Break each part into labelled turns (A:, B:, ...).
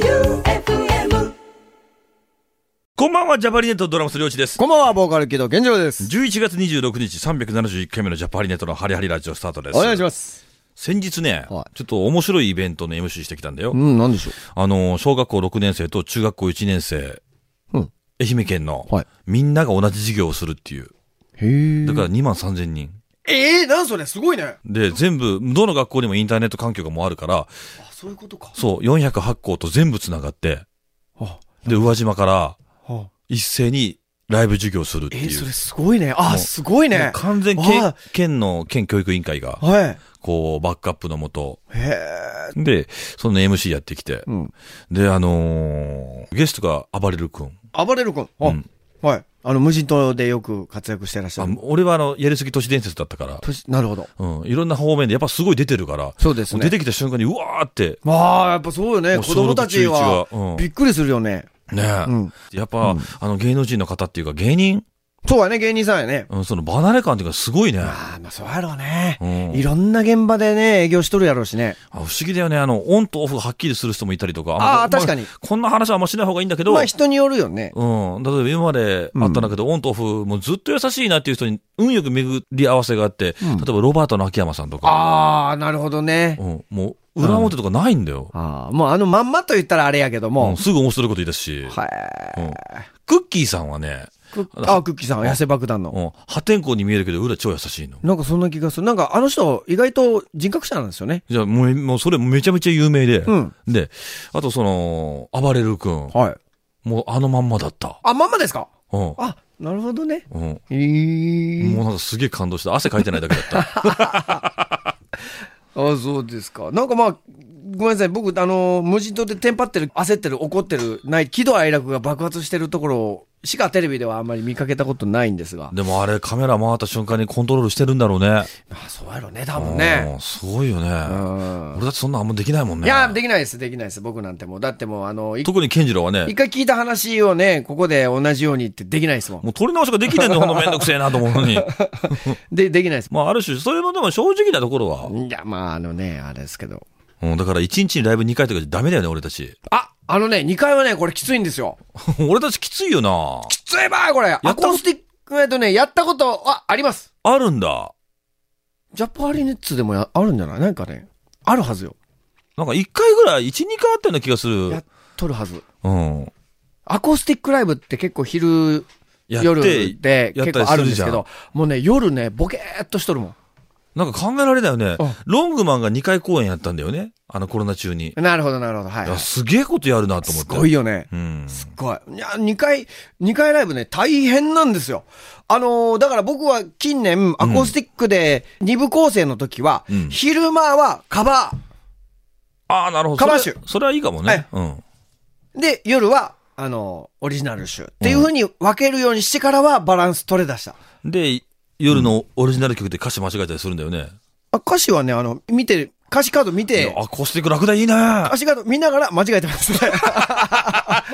A: J-O-E-U-F-M
B: こんばんは、ジャパリネットドラムス領地です。
C: こんばんは、ボーカル木戸健二郎です。
B: 11月26日、371回目のジャパリネットのハリハリラジオスタートです。
C: お願いします。
B: 先日ね、
C: はい
B: ちょっと面白いイベントの MC してきたんだよ。
C: うん、なんでしょ
B: あの、小学校6年生と中学校1年生、
C: うん
B: 愛媛県の、
C: はい
B: みんなが同じ授業をするっていう。
C: う。へえ。
B: だから2万3000人。
D: ええなんそれすごいね。
B: で、全部、どの学校にもインターネット環境がもうあるから、
D: あ、そういうことか。
B: そう、408校と全部繋がって、
D: あ
B: で、宇和島から
D: はあ、
B: 一斉にライブ授業するって
D: え
B: いう。
D: ーそれすごいね。あ
B: もう
D: ー、すごい
B: も
D: ね
B: う。完全
D: わ
B: 県
D: あ、
B: 県の県教育委員会が、
D: はい。
B: こう、バックアップのもと、
D: へえ。
B: で、その MC やってきて、
C: うん。
B: で、あのーゲストが暴れる君。
D: 暴れる君。あ、
B: うん
D: はい。あの、無人島でよく活躍してらっしゃ
B: あ
D: る。
B: 俺はあの、やりすぎ都市伝説だったから、
C: 年、なるほど。
B: うん、いろんな方面でやっぱすごい出てるから、
C: そうですね
B: も出てきた瞬間に、うわーって、
D: まあ、やっぱそうよね。
B: もう
D: 子供たちは
B: 小六中一がうん、
D: びっくりするよね。
B: ね、
C: うん
B: やっぱ、あの、芸能人の方っていうか芸人、
D: そうやね、芸人さんやね。
B: うん、その離れ感っていうかすごいね。
D: ああ、まあそうやろうね
B: う。ん
D: いろんな現場でね、営業しとるやろうしね。
B: あ不思議だよね。あの、オンとオフがはっきりする人もいたりとか。
D: あー
B: あんま
D: 確かに
B: こんな話はあんましない方がいいんだけど、
D: まあ人によるよね。
B: うん。例えば今まであったんだけど、オンとオフ、もうずっと優しいなっていう人に運よく巡り合わせがあって、例えばロバートの秋山さんとか、
D: ああ、なるほどね
B: う。ん、もう裏表とかないんだよ。
D: ああ、もうあのまんまと言ったらあれやけど
B: うん
D: も。
B: すぐ面白いこと言い出すし、
D: はい。
B: うんクッキーさんはね、
D: クあ、クッキーさん、痩せ爆弾の。
B: うん、破天荒に見えるけど、裏超優しいの。
D: なんかそんな気がする。なんかあの人、意外と人格者なんですよね。
B: じゃあもう、もうそれめちゃめちゃ有名で、
D: うん
B: で、あとその、暴れる君、
D: はい。
B: もうあのまんまだった。
D: あ、まんまですか
B: うん。
D: あ、なるほどね。
B: うん。
D: へえ。
B: もうなんかすげえ感動した。汗かいてないだけだ った。
D: あ、そうですか。なんかまあ、ごめんなさい。僕、あの、無人島でテンパってる、焦ってる、怒ってる、ない、喜怒哀楽が爆発してるところしかテレビではあんまり見かけたことないんですが。
B: でもあれ、カメラ回った瞬間にコントロールしてるんだろうね。
D: あ、そうやろね、多分ね。
B: うん。すごいよね。
D: ん
B: 俺だってそんなあんまできないもんね。
D: いや、できないです、できないです、僕なんてもう。だってもう、あの、い
B: 特に健次郎は
D: 一
B: ね、
D: 回聞いた話をね、ここで同じようにってできないですもん。
B: もう取り直しができねえんだよ、ほ んとめんどくせえなと思うのに。
D: で、できないです。
B: まあ、ある種、それもでも正直なところは。
D: いや、まあ、あのね、あれですけど。
B: うん、だから一日にライブ2回とかじゃダメだよね、俺たち。
D: あ、あのね、2階はね、これきついんですよ。
B: 俺たちきついよな。
D: きついばいこれ
B: た
D: アコースティックえっとね、やったことはあります。
B: あるんだ。
D: ジャパーリネッツでもやあるんじゃないなんかね、あるはずよ。
B: なんか1回ぐらい、1、2回あったような気がす
D: やっ
B: る。
D: とるはず。
B: うん。
D: アコースティックライブって結構昼、
B: や
D: 夜
B: って
D: で、
B: やっ
D: 結
B: たり
D: 構あ
B: す
D: るん
B: る
D: で
B: じ
D: す
B: ゃ
D: け
B: ん
D: ど。、もうね、夜ね、ボケーっとしとるもん。
B: なんか考えられないよね
D: うん。
B: ロングマンが2回公演やったんだよね。あのコロナ中に。
D: なるほど、なるほど。はいい
B: や、。すげえことやるなと思っ
D: す
B: て。
D: ごいよね。
B: うん。
D: すっごい。いや、2回、二回ライブね、大変なんですよ。あのーだから僕は近年、アコースティックで2部構成の時は、
B: うん
D: 昼間はカバ
B: ああ、なるほど。
D: カバー
B: それ
D: 集
B: それはいいかもね。うん。
D: ー、で、夜は、あのーオリジナル集っていう風に分けるようにしてからはバランス取れ出した。
B: で、夜のオリジナル曲で歌詞間違えたりするんだよね。
D: あ歌詞はね、あの、見て、歌詞カード見
B: い
D: て
B: や、アコースティック楽だいいね。
D: 歌詞カード見ながら間違え てます。だか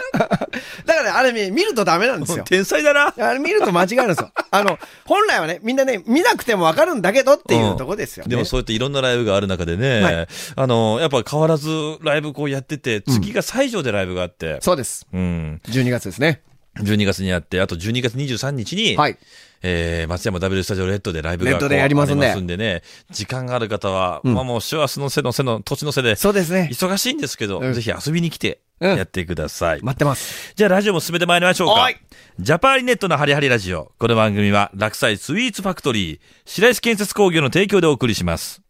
D: らね、あれね、見るとダメなんですよ。
B: 天才だな。
D: あれ見ると間違えるんですよ。あの、本来はね、みんなね、見なくてもわかるんだけどっていうとこですよね。
B: でもそうやっていろんなライブがある中でね、
D: はい
B: あの、やっぱ変わらずライブこうやってて、次が最上でライブがあって、
D: そうです。
B: うん。
D: 12月ですね。
B: 12月にあって、あと12月23日に、
D: はい。
B: えー、松山 W スタジオレッドでライブが
D: レッドで
B: こう
D: やりますんで
B: ありますんでね、時間がある方は、まあもう師走の背の背の土地の背で、
D: そうですね。
B: 忙しいんですけど、
D: うん
B: ぜひ遊びに来て、
D: うん
B: やってください。
D: 待ってます。
B: じゃあラジオも進めてまいりましょうか
D: はい。
B: ジャパーリネットのハリハリラジオ。この番組は、落栽スイーツファクトリー、白石建設工業の提供でお送りします。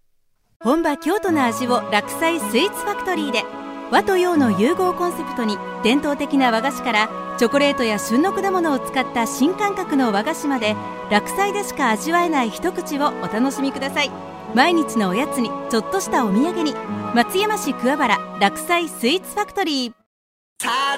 E: 本場京都の味を落菜スイーツファクトリーで和と洋の融合をコンセプトに伝統的な和菓子からチョコレートや旬の果物を使った新感覚の和菓子まで落菜でしか味わえない一口をお楽しみください毎日のおやつにちょっとしたお土産に松山市桑原落菜スイーツファクトリー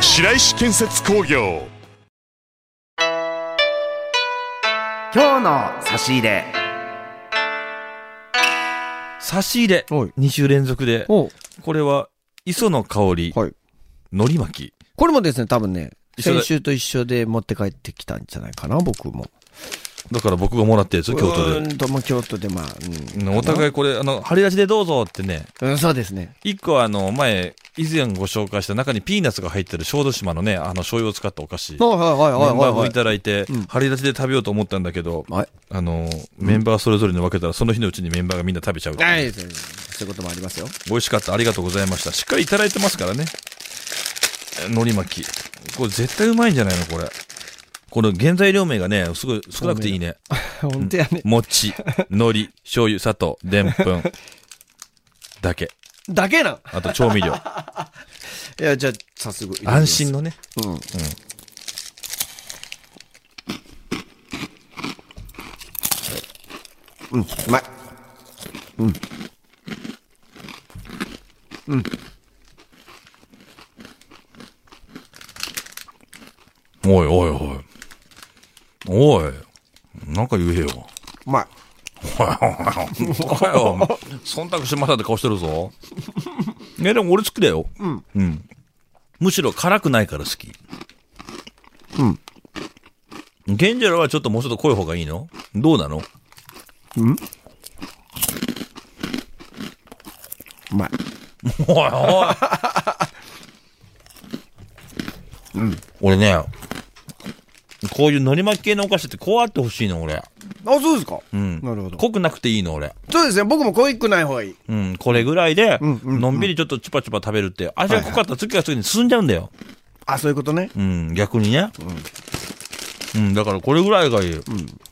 F: 白石建設工業
G: 今日の差し入れ
B: 差し入れ、
D: はい
B: 2週連続で、
D: おう
B: これは、磯の香り、
D: はい。
B: 海苔巻き。
D: これもですね、多分ね、
B: 一緒だ
D: 先週と一緒で持って帰ってきたんじゃないかな、僕も。
B: だから僕がもらったやつ、京
D: う
B: 都で。
D: ーんと、まあ、京都で、まあ、うん。
B: お互
D: い。
B: いこれ、あの、張り出しでどうぞってね、
D: うん、そうですね。
B: 一個はあの、前、以前ご紹介した中にピーナッツが入ってる小豆島のね、あの、醤油を使ったお菓子。
D: はいはいはい
B: メンバー
D: は
B: 分
D: い
B: いただいて
D: うん、
B: 張り出しで食べようと思ったんだけど、
D: はい。はい。
B: あの、メンバーそれぞれに分けたら、その日のうちにメンバーがみんな食べちゃう。
D: はい。そういうこともありますよ。
B: 美味しかった。ありがとうございました。しっかりいただいてますからね。え海苔巻き。これ絶対うまいんじゃないのこれ。この原材料名がね、すごい少なくていいね。
D: 本当やね。
B: 餅、海苔、醤油、砂糖、でんぷん。だけ。
D: だけな。
B: あと調味料。
D: いや、じゃあ、早速。
B: 安心。のね。
D: うん。うん。うん、うまい。
B: おいおいおい。おい。なんか言えよ。
D: うまい。
B: おいおいおい。おいおい。忖度してましたって顔してる ぞ。ねでも俺好きだよ。うん。うん。むしろ辛くないから好き。うん。ゲンジャラはちょっともうちょっと濃い方がいいのどうなの
D: うまい。
B: おいおい。俺ね、こういう海苔巻き系のお菓子ってこうあってほしいの、俺。
H: あ、そうですか。
B: うん。
D: なるほど。
B: 濃くなくていいの、俺。
H: そうですね。僕も濃いくない方がいい。
B: うん、これぐらいで、
D: んうんうん
B: のんびりちょっとチュパチュパ食べるって、味が濃かったら次が次に進んじゃうんだよ。
D: あ、そういうことね。
B: うん、逆にね。うん、だからこれぐらいがいい。
D: うん。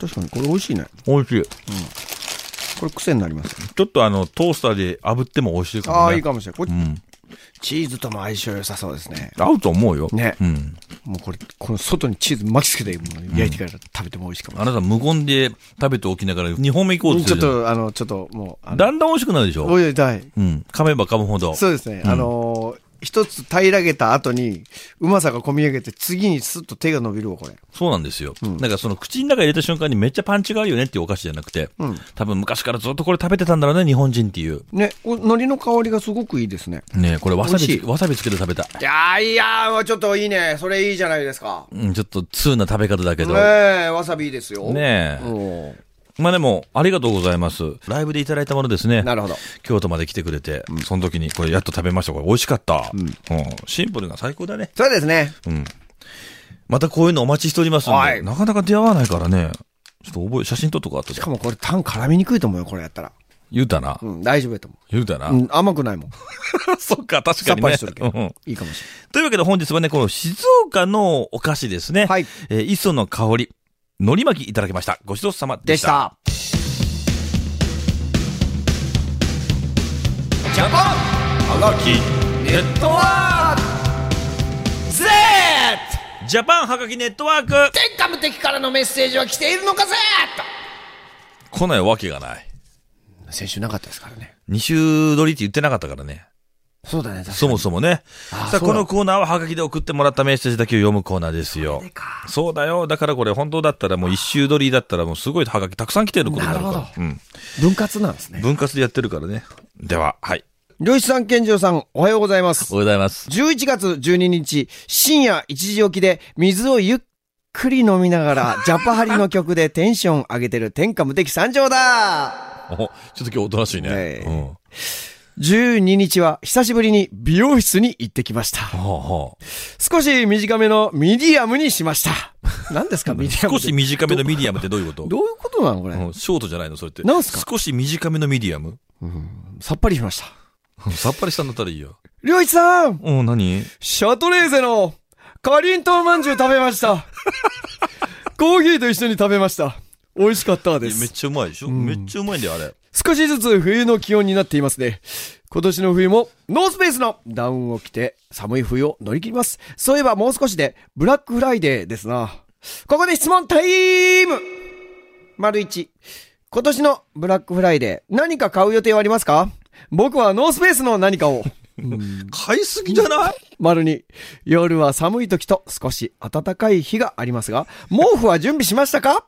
D: 確かに、これ美味しいね。
B: 美味しい。
D: これ癖になりますね。
B: ちょっとあの、トースターで炙っても美味しいかも、ね。
H: ああ、いいかもしれない。これ
B: うん。
D: チーズとも相性良さそうですね。
B: 合うと思うよ。
D: ね
B: うん。
D: もうこれ、この外にチーズ巻きつけて、もう焼いてから食べても美味しいかも。
B: あなた無言で食べておきながら2本目行こうとす
D: ちょ
B: る
D: っ
B: じゃん。
D: と、あの、ちょっと、もう、あの、
B: だんだん美味しくなるでしょ
D: おいおい、だい。
B: うん。噛めば噛むほど。
D: そうですね。あのー、一つ平らげた後に、うまさが込み上げて、次にスッと手が伸びるわ、これ。
B: そうなんですよ。なんかその口の中に入れた瞬間にめっちゃパンチがあるよねっていうお菓子じゃなくて、多分昔からずっとこれ食べてたんだろうね、日本人っていう。
D: ね、お海苔の香りがすごくいいですね。
B: ねえこれわさび
D: 美味
B: つ
D: し
B: け、
D: い
B: わさびつけて食べたい。
H: いやー、いやー、ちょっといいね。それいいじゃないですか。
B: うん、ちょっと通な食べ方だけど。
H: ねえ、わさびいいですよ。
B: ねえ。
H: うん
B: まあでも、ありがとうございます。ライブでいただいたものですね。
H: なるほど。
B: 京都まで来てくれて、その時にこれやっと食べました。これ美味しかった。うん。シンプルな最高だね。
H: そうですね。
B: またこういうのお待ちしておりますんで、
H: はい
B: なかなか出会わないからね。ちょっと覚え、写真撮っとこうあと
H: し
B: で
H: か。もこれ、タン絡みにくいと思うよ、これやったら。
B: 言うたな。
H: うん、大丈夫やと思
B: 言うたな。
H: う。うん、甘くないもん。
B: そっか、確か
H: さっ
B: に
H: ぱ
B: ね
H: りしとる。け
B: う
H: ど
B: んうん
H: いいかもしれない。
B: というわけで本日はね、この静岡のお菓子ですね。
H: はい
B: えー磯の香り、海苔巻きいただきました。ごちそうさまで
H: で
B: し。
H: したた。ジャパン
B: ネットワーク Z! ジャパンはがきネットワーク
H: 天下無敵からのメッセージは来ているのかぜ
B: 来ないわけがない。
H: 先週なかったですからね。
B: 二週撮りって言ってなかったからね。
H: そうだね、
B: そもそもね。
H: あ
B: さあ、
H: そう
B: こ
H: だ
B: のコーナーはハガキで送ってもらったメッセージだけを読むコーナーですよ。そうだよ。だからこれ本当だったらもう一周撮りだったらもうすごいハガキたくさん来てることになるから。
H: なるほ
B: うん。
H: 分割なんですね。
B: 分割でやってるからね。では、はい。
D: 漁師さん、健二郎さん、おはようございます
B: お。はようございます。
D: 11月12日、深夜1時起きで水をゆっくり飲みながら、ジャパハリの曲でテンション上げてる天下無敵三条だ
B: おちょっと今日おとなしいね。
D: ねえ
B: うん。は
D: !12 日は久しぶりに美容室に行ってきました。
B: あはあ
D: 少し短めのミディアムにしました。何ですか、ミディアム
B: 少
D: って
B: し短めのミディアムってどういうこと
D: どういうことなのこれ、
B: うんショートじゃないのそれって。
D: なんすか
B: 少し短めのミディアム
D: さっぱりしました。
B: さっぱりしたんだったらいいよ。
D: りょういちさん
B: うん、何
D: シャトレーゼのかりんとうまんじゅう食べ ました。コーヒーと一緒に食べました。美味しかったで
B: めっ
D: す。
B: ちゃうまいでしょ、めっちゃうまいんだよ、あれ。
D: 少しずつ冬の気温になっていますね。今年の冬もノースペースのダウンを着て寒い冬を乗り切ります。そういえばもう少しでブラックフライデーですな。ここで質問タイム丸一。今年のブラックフライデー何か買う予定はありますか僕はノースペースの何かを。
B: 買いすぎじゃない
D: 丸に、夜は寒い時と少し暖かい日がありますが、毛布は準備しましたか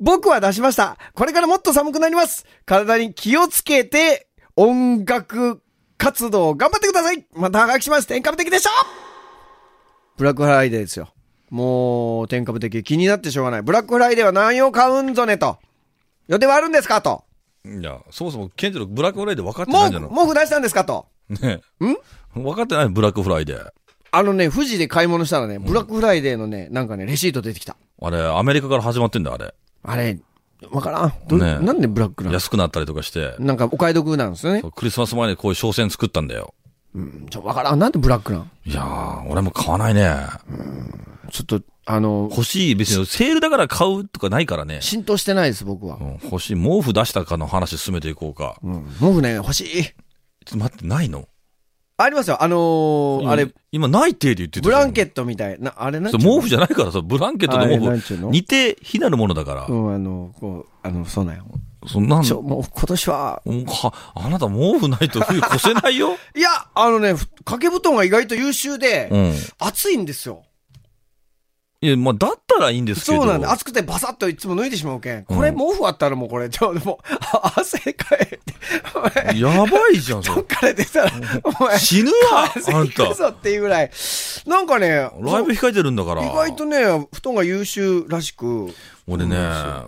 D: 僕は出しました。これからもっと寒くなります。体に気をつけて、音楽活動頑張ってください。またはがきします。天下無敵でしょブラックフライデーですよ。もう、天下無敵気になってしょうがない。ブラックフライデーは何を買うんぞねと。予定はあるんですかと。
B: いや、そもそも、ケンジのブラックフライデー分かってな
D: も
B: いんじゃ
D: う、
B: ない
D: 毛布出したんですかと。
B: ねん分かってないブラックフライデー。
D: あのね、富士で買い物したらね、ブラックフライデーのね、なんかね、レシート出てきた。
B: あれ、アメリカから始まってんだ、あれ。
D: あれ、わからん。ど
B: ね
D: なんでブラックなの
B: 安くなったりとかして。
D: なんかお買い得なんですよね。
B: そうクリスマス前にこういう商戦作ったんだよ。
D: ちょ、わからん。なんでブラックなん
B: いやー、俺も買わないね。
D: ちょっと、あの、
B: 欲しい、別に、セールだから買うとかないからね。
D: 浸透してないです、僕は
B: う。ん、欲しい。毛布出したかの話進めていこうか。
D: うん。毛布ね、欲しい。
B: ちょっと待って、ないの
D: ありますよ。あのー、あれ
B: 今、、今ないって言ってた
D: ブ
B: じゃん
D: ランケットみたいな、あれなん
B: そう毛布じゃないからさ、ブランケットの毛
D: あれなんちゅう
B: 布
D: の、
B: 似て非なるものだから
D: ゃ。うん、あの、こう、あの、そうなんよ。
B: そんなん、
D: ちょ、もう今年は、
B: うんはあなた毛布ないと冬越せないよ。
D: いや、あのね、ふ掛け布団が意外と優秀で、
B: うん。
D: 暑いんですよ。
B: いや、まあ、だったらいいんですけど。
D: そうなんだ。暑くてバサッといつも脱いでしまうけん。これ
B: うん
D: 毛布あったらもうこれ、ちょ、もう、あ汗かいて、お前、
B: やばいじゃん、そ
D: どっ
B: れ。
D: から出たら、お 前、
B: 死ぬわ、
D: 風
B: あ
D: 邪
B: ん
D: ひくぞ
B: た。
D: っていうぐらい。なんかね、ラ
B: ライブ控えてるんだから。
D: 意外とね、布団が優秀らしく。
B: 俺ね、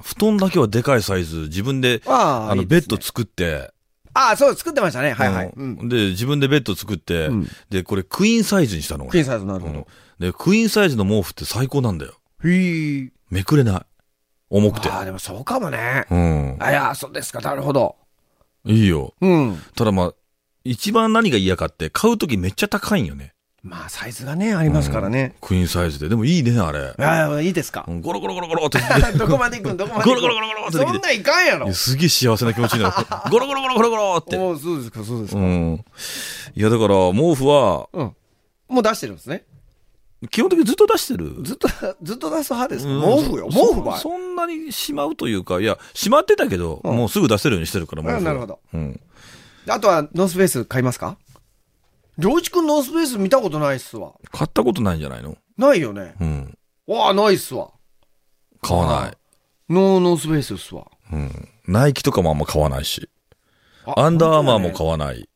B: 布団だけはでかいサイズ、自分で、
D: ああ
B: あの、
D: いい
B: ベ
D: です
B: ッド作って、
D: ああ、そう、作ってましたね。はいはい。
B: う
D: うんん。
B: で、自分でベッド作って、
D: ん
B: で、これクイーンサイズにしたの、
D: クイーン
B: 俺。
D: サイズなるほ
B: うん
D: ど。
B: で、クイーンサイズの毛布って最高なんだよ。
D: へー
B: めくれない。重くて。
D: ああ、でもそうかもね。
B: うん。
D: あ、いや、そうですか。なるほど。
B: いいよ。
D: うん。
B: ただまあ、一番何が嫌かって、買うときめっちゃ高いんよね。
D: まあ、サイズがね、ありますからね。
B: クイーンサイズで。でもいいね、あれ。
D: ああ、いいですか
B: う。んゴロゴロゴロゴロって。
D: どこまで行くんどこまで行く
B: ゴロ
D: ん
B: ゴロゴロゴロってできて
D: そんなんいかんやろ。
B: すげえ幸せな気持ちになる。ゴロゴロゴロゴロゴロって。
D: おうそうですか、そうです
B: う
D: か。
B: ん。いや、だから、毛布は、
D: うん。もう出してるんですね。
B: 基本的にずっと出してる。
D: ずっと、 ずっと出す派ですか。
B: うん
D: 毛布よ。毛布は
B: そ。そんなにしまうというか、いや、しまってたけど、もうすぐ出せるようにしてるから、毛布は
D: あなるほど。
B: うん。
D: あとは、ノースペース買いますかりょうちくんノースペース見たことないっすわ。
B: 買ったことないんじゃないの
D: ないよね。
B: うん。
D: わあ、ないっすわ。
B: 買わない。
D: ノーノースペースっすわ。
B: うん。ナイキとかもあんま買わないし。
D: あ
B: アンダーアーマーも買わない。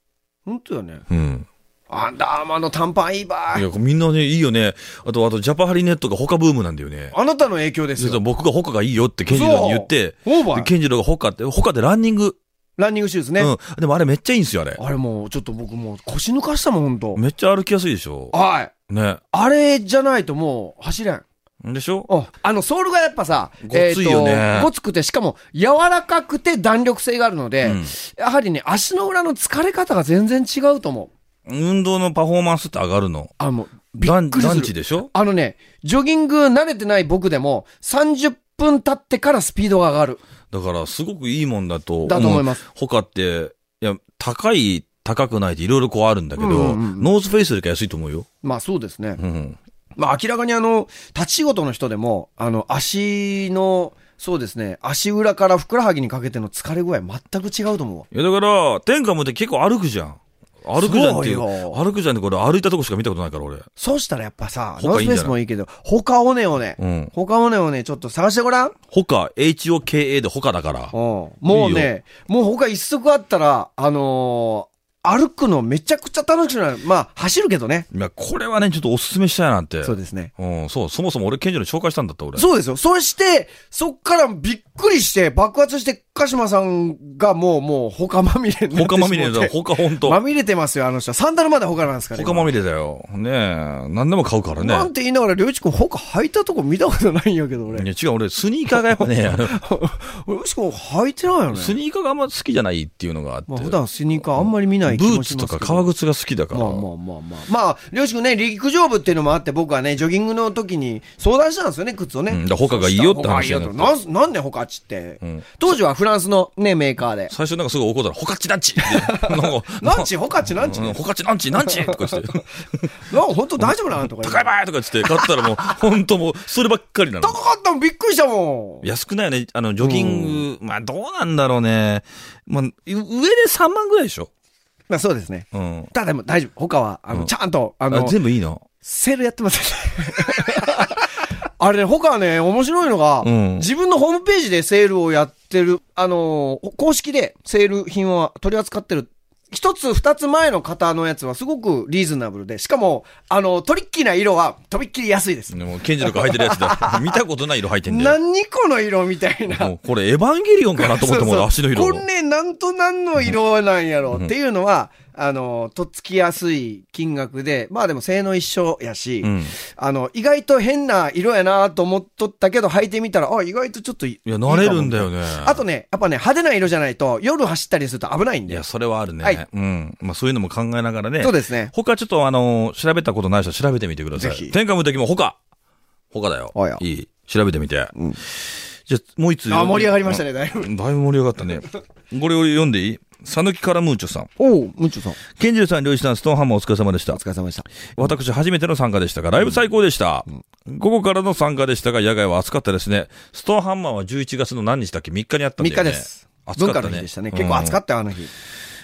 D: 本当よね。
B: うん。
D: アンダーアーマーの短パンいいば
B: い
D: い。
B: や、みんなね、いいよね。あと、あと、ジャパハリネットが他ブームなんだよね。
D: あなたの影響です
B: 実は
D: よ。
B: 僕が他がいいよって、ケンジロウに言って、
D: オーバ
B: で
D: ー。
B: ケンジロウが他って、他でランニング。
D: ランニングシューズね。
B: うん。でもあれめっちゃいいんですよ、あれ。
D: あれもう、ちょっと僕もう腰抜かしたもん、ほんと。
B: めっちゃ歩きやすいでしょ。
D: はい。
B: ね。
D: あれじゃないともう走れん。
B: でしょ
D: ああの、ソールがやっぱさ、
B: ごついよね
D: えーとごつくて、しかも柔らかくて弾力性があるので、
B: うん
D: やはりね、足の裏の疲れ方が全然違うと思う。
B: 運動のパフォーマンスって上がるの。
D: あの、び
B: ラ
D: っ
B: ン
D: くり
B: ラン
D: す
B: チ
D: る。
B: でしょ
D: あのね、ジョギング慣れてない僕でも、30分経ってからスピードが上がる。
B: だから、すごくいいもんだと思う。
D: だと思います。
B: 他って、いや、高い、高くないっていろいろこうあるんだけど、
D: うんうんうん
B: ノースフェイスよりか安いと思うよ。
D: まあそうですね。
B: うん。
D: まあ明らかにあの、立ち仕事の人でも、あの、足の、そうですね、足裏からふくらはぎにかけての疲れ具合全く違うと思うわ。
B: いや、だから、天下無敵結構歩くじゃん。歩くじゃんっていう。
D: そうよ
B: 歩くじゃんってこれ歩いたとこしか見たことないから、俺。
D: そうしたらやっぱさ、ノ
B: 他
D: ー
B: いいんじゃ
D: スペ
B: ない
D: ースもいいけど、他をねをね、
B: うん
D: 他をねをね、ちょっと探してごらん。うん。
B: 他、HOKA で他だから。
D: もうね、もう他一足あったら、あのー歩くのめちゃくちゃ楽しくなる。まあ、走るけどね。
B: いや、これはね、ちょっとおすすめしたいなって。
D: そうですね。
B: うん、そう、そもそも俺、ケンジロウに紹介したんだった、俺。
D: そうですよ。そして、そっからびっくりして、爆発して、鹿島さんがもう、もう、他まみれになってしま
B: 他ま
D: って。
B: みれだ、他ほんと
D: ま。みれてますよ、あの人。サンダルまで他なんですから。
B: 他まみれだよ。ねえ、何でも買うからね。
D: なんて言いながら、りょうちくん他履いたとこ見たことないんやけど、俺。
B: い
D: り
B: や違う、俺、スニーカーがやっ ぱね、あの
D: ょうちくん履いてないよね。
B: スニーカーがあんま好きじゃないっていうのがあって。
D: まあ、普段スニーカーあんまり見ない気
B: ブ
D: も
B: ー
D: し
B: ツ
D: ま
B: と
D: すけど
B: か革靴が好きだから。
D: まあまあまあまあ。まあ、りょうちくんね、陸上部っていうのもあって、僕はね、ジョギングの時に相談したんですよね、靴をね。
B: うんだから他がいいよって話
D: そ
B: に
D: した
B: な
D: ら
B: って
D: 他がいいよとなんなんで他っちって、
B: ん
D: 当時はフランスのね、メーカーで。
B: 最初なんかすごい怒ったら、ホカッチラン チってなんか
D: なんち、他っちなんち、
B: うんホカッチランチなんちとか 言って、
D: なんか本当大丈夫なんとか言って
B: 高いばいとか言って買ったらもう、ほんともう、そればっかりなの。
D: 高かったもん、びっくりしたもん。
B: 安くないよね。あの、ジョギング、まあどうなんだろうね。まあ、上で3万ぐらいでしょ
D: まあそうですね。
B: うん。
D: ただでも大丈夫。他は、あの、
B: うん
D: ちゃんと、あ
B: あ
D: の、
B: 全部いいの
D: セールやってます。あれね、他はね、面白いのが、
B: うん
D: 自分のホームページでセールをやってる、あのー公式でセール品を取り扱ってる。一つ、二つ前の方のやつはすごくリーズナブルで、しかも、あのートリッキーな色は、とびっきり安いです。
B: でも、ケンジの子入ってるやつ だ。見たことない色入ってんだよ。
D: 何この色みたいな。
B: もうこれ、エヴァンゲリオンかなと思ってもらう、足の色
D: こんね、なんとなんの色なんやろ、っていうのは、あの、とっつきやすい金額で、まあでも性能一緒やし、
B: うん
D: あの、意外と変な色やなと思っとったけど、履いてみたら、あ、意外とちょっとい
B: いや、慣れるんだよね。
D: あとね、やっぱね、派手な色じゃないと、夜走ったりすると危ないん
B: い
D: で
B: や、。それはあるね。
D: はい
B: うん。まあ、そういうのも考えながらね。
D: そうですね。
B: 他ちょっとあの、調べたことない人は調べてみてください。
D: ぜひ
B: 天下無敵も他。他だよ。
D: おや
B: いい。調べてみて。じゃあ、もう一つ。
D: あ、盛り上がりましたね、だいぶ。
B: うん。だいぶ盛り上がったね。これを読んでいいさぬきからムーチョさん。
D: おう、むっちょさん。
B: ケンジルさん、りょうしさん、ストーンハンマーお疲れ様でした。
D: お疲れ様でした。
B: 私、初めての参加でしたが、ライブ最高でした。午後からの参加でしたが、野外は暑かったですね。ストーンハンマーは11月の何日だっけ ?3 日にあったんだ
D: 3
B: よね。
D: 日です。
B: 暑か
D: 文
B: った
D: 化
B: ね。
D: の日でしたね。結構暑か
B: った
D: ったよ、あの日。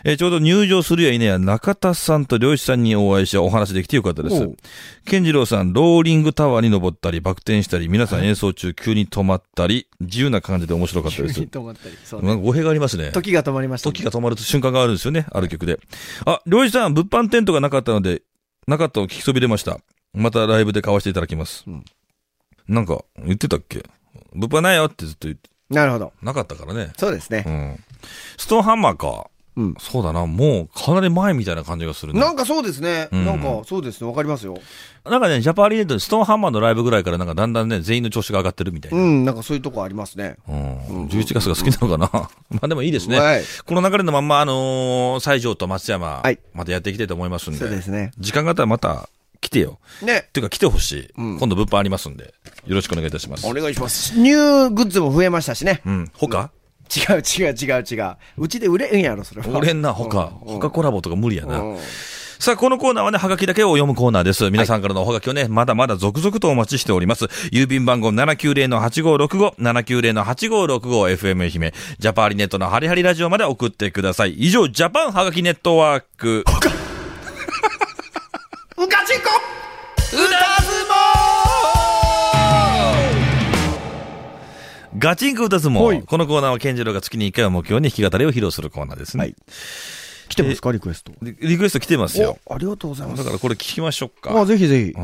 B: えーちょうど入場するや否や、中田さんと漁師さんにお会いしてお話できてよかったで
D: お
B: す
D: う。
B: 健次郎さん、ローリングタワーに登ったり、バク転したり、皆さん演奏中急に止まったり、自由な感じで面白かった です。
D: 止まったり。そうね
B: なんか語弊がありますね。
D: 時が止まりましたね。
B: 時が止まる瞬間があるんですよね、ある曲で。あ、漁師さん、物販テントがなかったので、なかったを聞きそびれました。またライブで買わせていただきます。なんか、言ってたっけ物販ないよってずっと言って、
D: なるほど。
B: なかったからね。
D: そうですね
B: う。ん。ストーンハンマーか。
D: うん
B: そうだな、もうかなり前みたいな感じがするね。
D: なんかそうですね。
B: うん
D: なんかそうですね。わかりますよ。
B: なんかね、ジャパンアリーナでストーンハンマーのライブぐらいからなんかだんだんね、全員の調子が上がってるみたいうな。
D: ん、なんかそういうとこありますね。
B: うん。11月が好きなのかな まあでもいいですね。
D: はい
B: この流れのまんま、あのー西条と松山、
D: はい
B: またやっていきたいと思いますんで。
D: そうですね。
B: 時間があったらまた来てよ。
D: ね。
B: っていうか来てほしい。今度物販ありますんで、よろしくお願いいたします。
D: 願いします。ニューグッズも増えましたしね。
B: うん。他、
D: 違う違う違う違う。うちで売れんやろ、それは。
B: 俺んな、他、他コラボとか無理やな。
D: うん
B: さあ、このコーナーはね、はがきだけを読むコーナーです。皆さんからのおはがきをね、まだまだ続々とお待ちしております。郵便番号790-8565、790-8565、FM 愛媛、ジャパーリネットのハリハリラジオまで送ってください。以上、ジャパンはがきネットワーク。
D: うかちんこ
B: ガチンコ歌相
D: は
B: 撲。
D: い
B: このコーナーは、ケンジローが月に1回を目標に弾き語りを披露するコーナーですね。
D: はい来てますか、リクエスト。
B: リリクエスト来てますよ。
D: おありがとうございま
B: だ
D: す。
B: からこれ聞きましょうか。
D: まあ、ぜひぜひ。
B: こ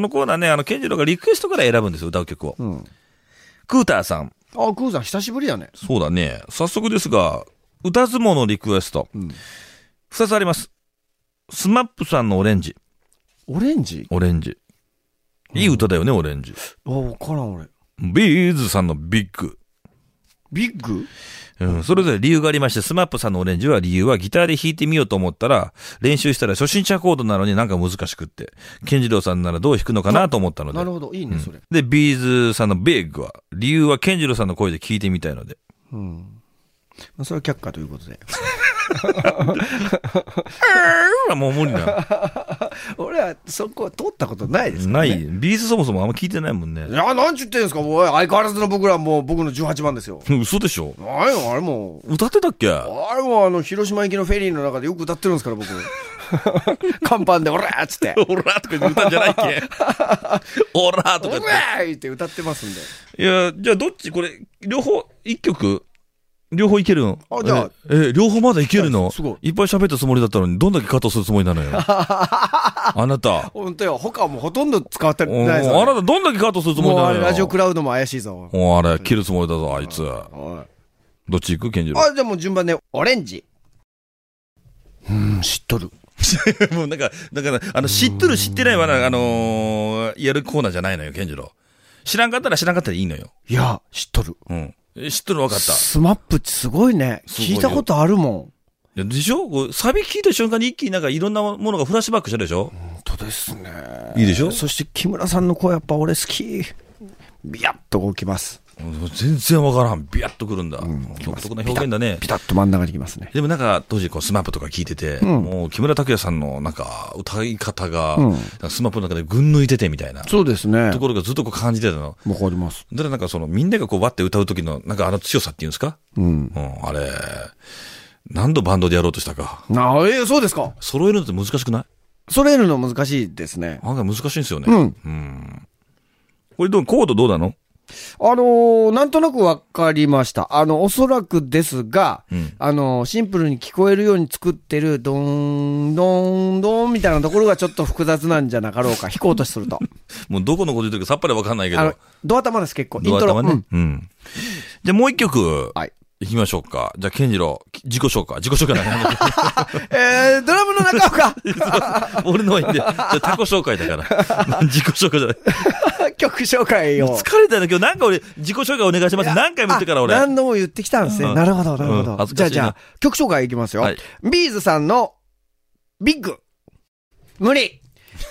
B: のコーナーね、あの、ケンジローがリクエストから選ぶんですよ、歌う曲を。
D: ん
B: クーターさん。
D: あ、クーさん、久しぶりだね。
B: そうだね。早速ですが、歌相撲のリクエスト。二つあります。スマップさんのオレンジ。
D: オレンジ
B: オレンジ。いい歌だよね、オレンジ。
D: あ、わからん、俺。
B: ビーズさんのビッグ。
D: ビッグ
B: うん、それぞれ理由がありまして、スマップさんのオレンジは理由はギターで弾いてみようと思ったら、練習したら初心者コードなのになんか難しくって、健次郎さんならどう弾くのかなと思ったので
D: な。るほど、いいね、それ。
B: で、ビーズさんのビッグは、理由は健次郎さんの声で聞いてみたいので。
D: まあそれは却下ということで。
B: うわもう無理 だ。
D: 俺は、そこは通ったことないですから
B: な
D: ね。
B: い。ビーズそもそもあんま聞いてないもんね
D: い。や、なんちゅってんすか、おい。相変わらずの僕らもう僕の18番ですよ。
B: 嘘でしょ
D: あれも、あれも、
B: 歌ってたっけ
D: あれもあの、広島行きのフェリーの中でよく歌ってるんですか ら、僕。甲板で、オラーっつって。
B: オラーとか言ったんじゃ ないっけオラー
D: オ
B: とか言っ
D: ラーいって歌ってますんで。
B: て。いや、じゃあどっちこれ、両方、一曲両方いけるの
D: あじゃあ
B: え、え両方まだいけるの
D: すご
B: いっぱい喋ったつもりだったのに、どんだけカットするつもりな のよ。あなた。
D: 本当よ、他はもうほとんど使われて
B: お
D: ないです
B: ーあな
D: よ。
B: たどんだけカットするつもり
D: もう
B: な
D: あ
B: の
D: れ、
B: よ。
D: ラジオクラウドも怪しいぞ。
B: おーあれ、切るつもりだぞ、あいつ。
D: おい
B: どっち行く健次郎。
D: あ、じゃあもう順番で、オレンジ。うん、知っとる。
B: もうなんか、だから、あの、知っとる知ってないはな、あのーやるコーナーじゃないのよ、健次郎。知らんかったら知らんかったらいいのよ。
D: いや、知っとる。
B: うん。え知っとる分かった。
D: スマップってすごいね。
B: すごい
D: 聞
B: よ
D: いたことあるも
B: いやでしょこうサビ聞いた瞬間に一気になんかいろんなものがフラッシュバックしたでしょ
D: ん。本当ですね。
B: いいでしょ
D: そして、木村さんの声やっぱ俺好き。ビヤッとこうきます。
B: うん全然わからん。ビヤッとくるんだ。独特な表現だね
D: ピ。タッと真ん中にきますね。
B: でもなんか当時こうスマップとか聞いてて、もう木村拓哉さんのなんか歌い方が、なんかスマップの中で群抜いててみたいな
D: そうですね。わ
B: ところがずっとこう感じてたの。
D: かります。
B: だからなんかそのみんながこうバって歌う時のなんかあの強さっていうんですかうん。あれ、何度バンドでやろうとしたか。
D: なあ、ええそうですか。
B: 揃えるのって難しくない
D: それるの難しいですね。
B: 案外難しいんですよね。
D: うん。
B: これどう、コードどうなの
D: あのーなんとなくわかりました。あの、おそらくですが、
B: うん
D: あのーシンプルに聞こえるように作ってる、ドーン、ドーン、ドーンみたいなところがちょっと複雑なんじゃなかろう か、弾こうとすると。
B: もうどこのこと言ってるかさっぱりわかんないけ
D: あの
B: ど。、
D: ドア玉です、結構。イン
B: ド
D: ト
B: ア
D: ロ。
B: 玉ね。
D: うん
B: うん。じゃあもう一曲。
D: はい。
B: 行きましょうか。じゃあ、健次郎、き自己紹介。自己紹介だね。
D: えー、ドラムの中 岡
B: 俺のはいいんだよ。じゃあ、タコ紹介だから。 自己紹介じゃない。
D: 曲紹介を。
B: 疲れたんだけど、なんか俺、自己紹介お願いします。何回も言ってから俺。
D: あ何度も言ってきたんです
B: う
D: ね。
B: ん
D: なるほど、なるほ
B: うん
D: ど。
B: 恥ず
D: じ
B: か
D: ゃあ
B: しいな
D: じゃあ、曲紹介いきますよ。
B: はい
D: ビーズさんの、ビッグ。無理。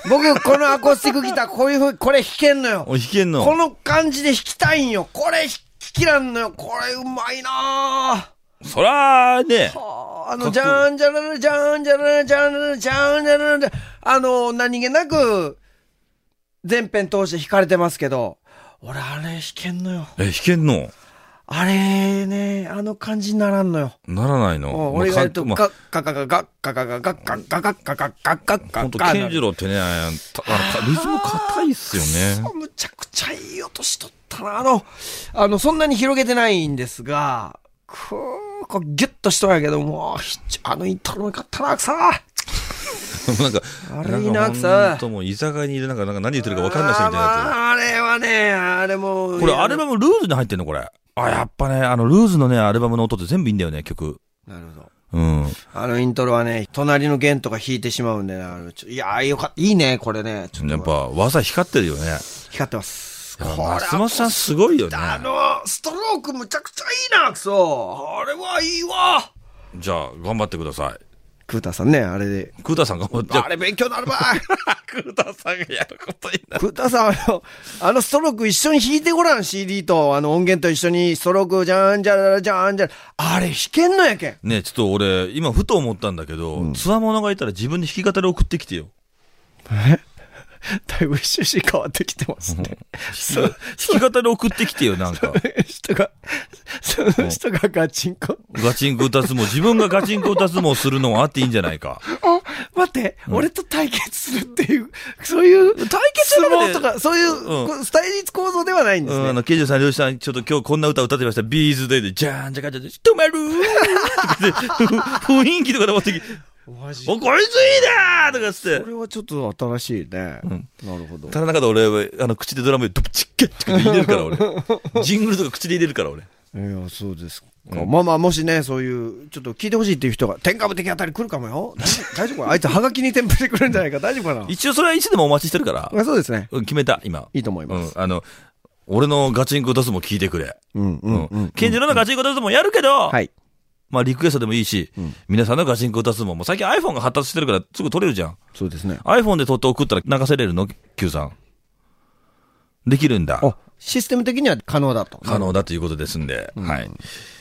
D: 僕、このアコースティックギター、こういうふうに、これ弾けんのよ。
B: お弾けんの。
D: この感じで弾きたいんよ。これ弾きらんのよ。これうまいな
B: そらーね
D: ぁ。。はあ
B: か
D: あ
B: っこ
D: の、
B: いい
D: じゃんじゃらら、じゃんじゃらら、じゃんじゃらら、じゃんじゃらら、あの、何気なく、前編通して弾かれてますけど、俺、あれ弾けんのよ。
B: え、弾けんの
D: あれね、あの感じにならんのよ。
B: ならないの。
D: もう
B: まあ
D: 俺がやると、
B: かんまあ
D: ガッガガガガッガガガガッガガガッガガガッガッガ
B: 本
D: ッ
B: 当
D: ガ
B: 健次郎ってね、あの、たあのかリズム硬いっすよね。
D: むちゃくちゃいい音しとったな。あの、あの、そんなに広げてないんですが、くーこうギュッとしとんやけど、もう、ひっちあのイントロよかったな、くさ。
B: なんか、
D: あれいいな
B: なん
D: く
B: か
D: さ
B: ほんともう居酒屋にいるなんか、なんか何言ってるか分かんない人
D: あ
B: みたいになってる。
D: ーあれはね、あれもう。
B: これアル
D: も
B: バムルーズに入ってんのこれ。あ、やっぱね、あの、ルーズのね、アルバムの音って全部いいんだよね、曲。
D: なるほど。
B: うん。
D: あのイントロはね、隣の弦とか弾いてしまうんでね、あのちょいやー、よかった。いいね、これね。ちょっと
B: やっぱ、技光ってるよね。
D: 光ってます。
B: やっぱ
D: これ
B: 松本さんすごいよね。
D: あの、ストロークむちゃくちゃいいな、くそ。あれはいいわ。
B: じゃあ、頑張ってください。
D: クーターさんね、あれで。
B: クータさん頑張って。じゃ
D: あれ勉強になるばい。
B: あ、クータさんがやることになる。
D: クーターさん、あの、あのストローク一緒に弾いてごらん、CD と、あの音源と一緒に、ストローク、じゃんじゃらじゃんじゃら。あれ弾けんのやけん。
B: ねちょっと俺、今ふと思ったんだけど、つわものがいたら自分で弾き語り送ってきてよ。
C: だいぶ趣旨変わってきてますね。そう、
B: 弾き語り送ってきてよ、なんか。
C: 人が、その人がガチン コ。
B: ガチンコ歌相撲、自分がガチンコ歌相撲するのはあっていいんじゃないか。
C: あ、待って、俺と対決するっていう、そういう、対決
D: 相
B: なくて
D: 撲とか、そういう
B: うん
D: こう、スタイリッツ構造ではないんで
B: う
D: す
B: ん、あ
D: ね。
B: の、ケイジュさん、漁師さん、ちょっと今日こんな歌歌ってました。ビーズデイで、じゃーん、じゃかじゃか、止まるーとかって、ふ雰囲気とかで持ってきて、
D: マジ
B: お、こいついいなーとかっつっ
D: こ
B: て。
D: れはちょっと新しいね。なるほど。
B: ただ中で俺、あの、口でドラムでドプチッケッチッ入れるから 俺。ジングルとか口で入れるから俺。
D: いや、そうですか。まあまあ、もしね、そういう、ちょっと聞いてほしいっていう人が、天下無敵あたり来るかもよ。 大丈夫大丈夫かなあいつ、ハガキに添付してくれるんじゃないか。大丈夫かな
B: 一応それはいつでもお待ちしてるから。
D: あそうですね。
B: うん、決めた、今。
D: いいと思います。
B: うん、あの、俺のガチンコ出すも聞いてくれ。
D: うん、うん、うん。
B: ケンジロのガチンコ出すもやるけど、
D: はい。
B: まあリクエストでもいいし、皆さんのガチンコ出すももう最近 iPhone が発達してるからすぐ撮れるじゃん。
D: そうですね。
B: iPhone で撮って送ったら流せれるの ?Q さん。できるんだ。
D: あ、システム的には可能だと。
B: 可能だということですんで、はい。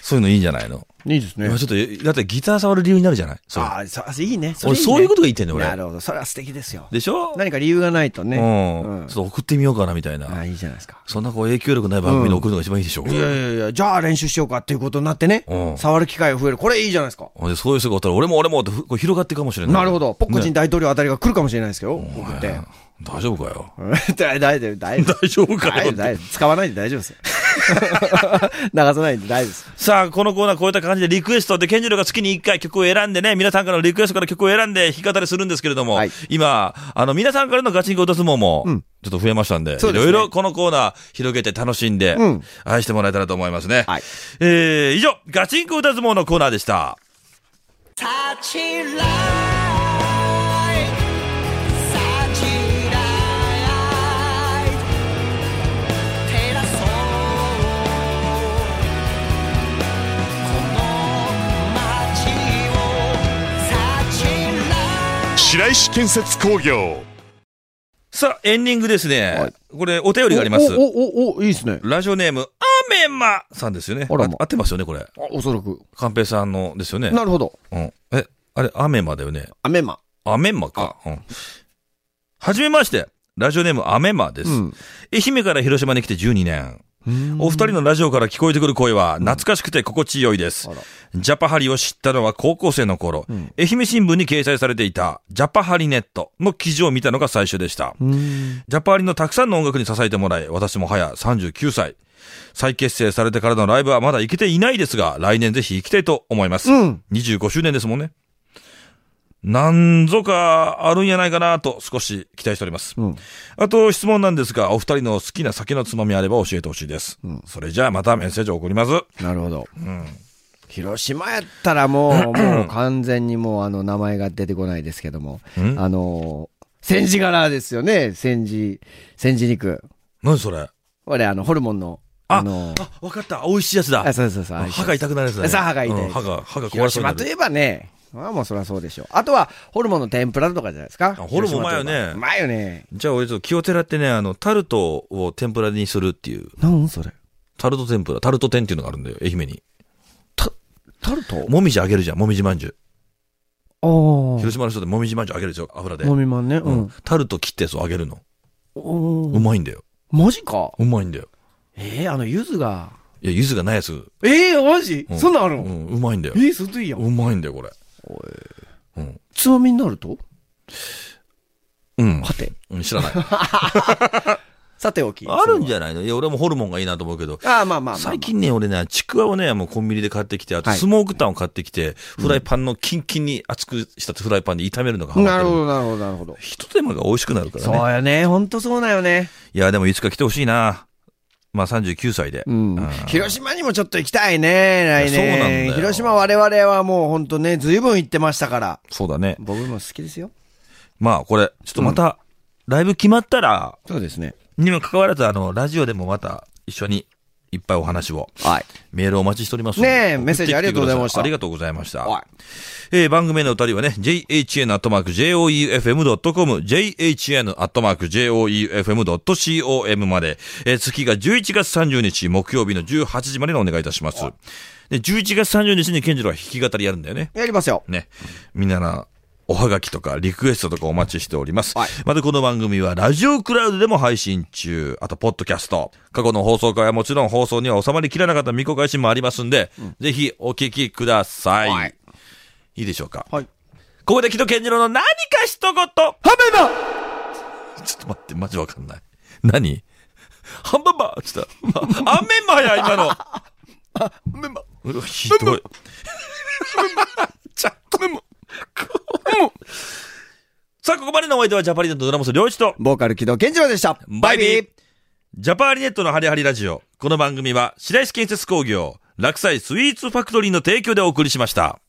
B: そういうのいいんじゃないの
D: いいですね
B: まあ。ちょっと、だってギター触る理由になるじゃないそれ
D: ああ、そういいね。れ
B: 俺そういうことが言ってん
D: ね
B: だよ、俺。
D: なるほど。それは素敵ですよ。
B: でしょ
D: 何か理由がないとね。
B: うん、
D: うん
B: ちょっと送ってみようかなみたい
D: ああ、
B: な。
D: いいじゃないですか。
B: そんなこう影響力ない番組に送るのが一番いいでしょ。う
D: いやいやいや、じゃあ練習しようかっていうことになってね
B: う。ん
D: 触る機会が増える。これいいじゃないですか。
B: でそういう人がおったら、俺も俺もってふこう広がっていくかもしれない。
D: なるほど。ポッコチン
B: ね
D: 大統領あたりが来るかもしれないですけど、送って。
B: 大丈夫かよ。
D: 大丈夫、大 丈夫。
B: 大丈夫か
D: 大丈
B: よ
D: 夫、。大丈夫。使わないんで大丈夫ですよ。 流さないんで大丈夫です。
B: さあ、このコーナーこういった感じでリクエストで、ケンジロが月に1回曲を選んでね、皆さんからのリクエストから曲を選んで弾き語りするんですけれども、
D: はい
B: 今、あの、皆さんからのガチンコ歌相撲も、ちょっと増えましたんで、
D: そう
B: い
D: です
B: ろ
D: ね
B: いろこのコーナー広げて楽しんで、
D: うん
B: 愛してもらえたらと思いますね。
D: はい
B: えー、以上、ガチンコ歌相撲のコーナーでした。
F: 白石建設工業
B: さあ、エンディングですね。これ、お便りがありま
D: お
B: す。
D: お、お、お、いいですね。
B: ラジオネーム、アメマさんですよね。
D: あらま
B: 合ってますよね、これ。
D: あおそらく。
B: カンペイさんのですよね。
D: なるほど。
B: うん。え、あれ、アメマだよね。
D: アメマ。
B: アメマか。うん。はじめまして。ラジオネーム、アメマです。
D: うん
B: 愛媛から広島に来て12年。お二人のラジオから聞こえてくる声は懐かしくて心地よいです。ジャパハリを知ったのは高校生の頃、愛媛新聞に掲載されていたジャパハリネットの記事を見たのが最初でした。ジャパハリのたくさんの音楽に支えてもらい、私も早39歳。再結成されてからのライブはまだ行けていないですが、来年ぜひ行きたいと思います。25周年ですもんね。なんぞかあるんやないかなと少し期待しております。あと質問なんですが、お二人の好きな酒のつまみあれば教えてほしいです。それじゃあまたメッセージを送ります。
D: なるほど。広島やった らもう、もう完全にもうあの名前が出てこないですけども、
B: ん
D: あの、戦時柄ですよね、戦時、戦時肉。
B: 何それ
D: これあの、ホルモンの、
B: あ、
D: あの、
B: あ、わかった。美味しいやつだ。
D: あそうそうそう。あれ
B: 歯が痛くなるやつだ、ね。
D: そう歯が痛い
B: うん歯が、歯が壊れ
D: 広
B: そうにな
D: 島
B: る
D: といえばね、まあもうそりゃそうでしょう。あとは、ホルモンの天ぷらとかじゃないですか。
B: ホルモンうまいよね
D: 広島といえばうまいよね。
B: じゃあ俺ちょっと気をてらってね、あの、タルトを天ぷらにするっていう。
D: なんそれ。
B: タルト天ぷら、タルト天っていうのがあるんだよ、愛媛に。
D: タルト
B: もみじあげるじゃん、もみじまんじゅう。
D: ああ。も
B: 広島の人でもみじまんじゅうあげるでしょ、油で。
D: みまんね。う
B: うんん。。タルト切ってそうあげるの。
D: お
B: う
D: ー
B: まいんだよ。
D: マジか。
B: うまいんだよ。
D: ええ、あの、ゆずが。
B: いや、柚子がないやつ。
D: ええ、マジ
B: うん
D: そんなんある
B: う
D: の
B: ん、うまいんだよ。
D: ええ、そっといいやん。
B: うまいんだよ、これ。
D: つまみになると
B: うん。
D: はて。
B: うん知ら ない。
D: さておき。
B: あるん
D: ゃ。
B: じゃないのいや、俺もホルモンがいいなと思うけど。
D: ああ、まあまあまあまあ。
B: 最近ね、俺ね、ちくわをね、もうコンビニで買ってきて、あと
D: はい
B: スモークタンを買ってきて、フライパンのキンキンに熱くしたフライパンで炒めるのがハマってる
D: なるほど、なるほど、なるほど。
B: 一手間が美味しくなるから
D: そう
B: ね。
D: やね。ほんとそうだよね。
B: いや、でもいつか来てほしいな。まあ39歳で。
D: うん。広島にもちょっと行きたいね、来
B: そうなんだ
D: 年。
B: よ
D: 広島我々はもうほんとね、ずいぶん行ってましたから。
B: そうだね。
D: 僕も好きですよ。
B: まあこれ、ちょっとまた、ライブ決まったら、
D: そうですね。
B: にもかかわらず、あの、ラジオでもまた一緒にいっぱいお話を。
D: はい。
B: メールお待ちしております。
D: ねえメッセージありがとうございました
B: 送ってきてくださありがとうございました。
D: はい
B: えー番組へのお便りはね、jhn.joufm.com、jhn.joufm.com まで、えー月が11月30日、木曜日の18時までのお願いいたします。で、11月30日に健次郎は弾き語りやるんだよね。
D: やりますよ。
B: ね。みんなな、おはがきとかリクエストとかお待ちしております。
D: はい
B: またこの番組はラジオクラウドでも配信中。あと、ポッドキャスト。過去の放送回はもちろん放送には収まりきらなかった未公開シーンもありますんで、ぜひお聞きください。
D: はい
B: い。いでしょうか。
D: はい。
B: ここで木戸健二郎の何か一言。
D: ハンバーガー
B: ちょっと待って、マジわかんない。何ハンバーバーちょっと、まあ、アンメンマーや、今の。アンメンマー。ひどい。ちゃメンマさあ、ここまでのお相手はジャパリネットのドラムス両一と、
D: ボーカル木戸健次郎でした。
B: バイビー。ジャパーリネットのハリハリラジオ。この番組は、白石建設工業、落栽スイーツファクトリーの提供でお送りしました。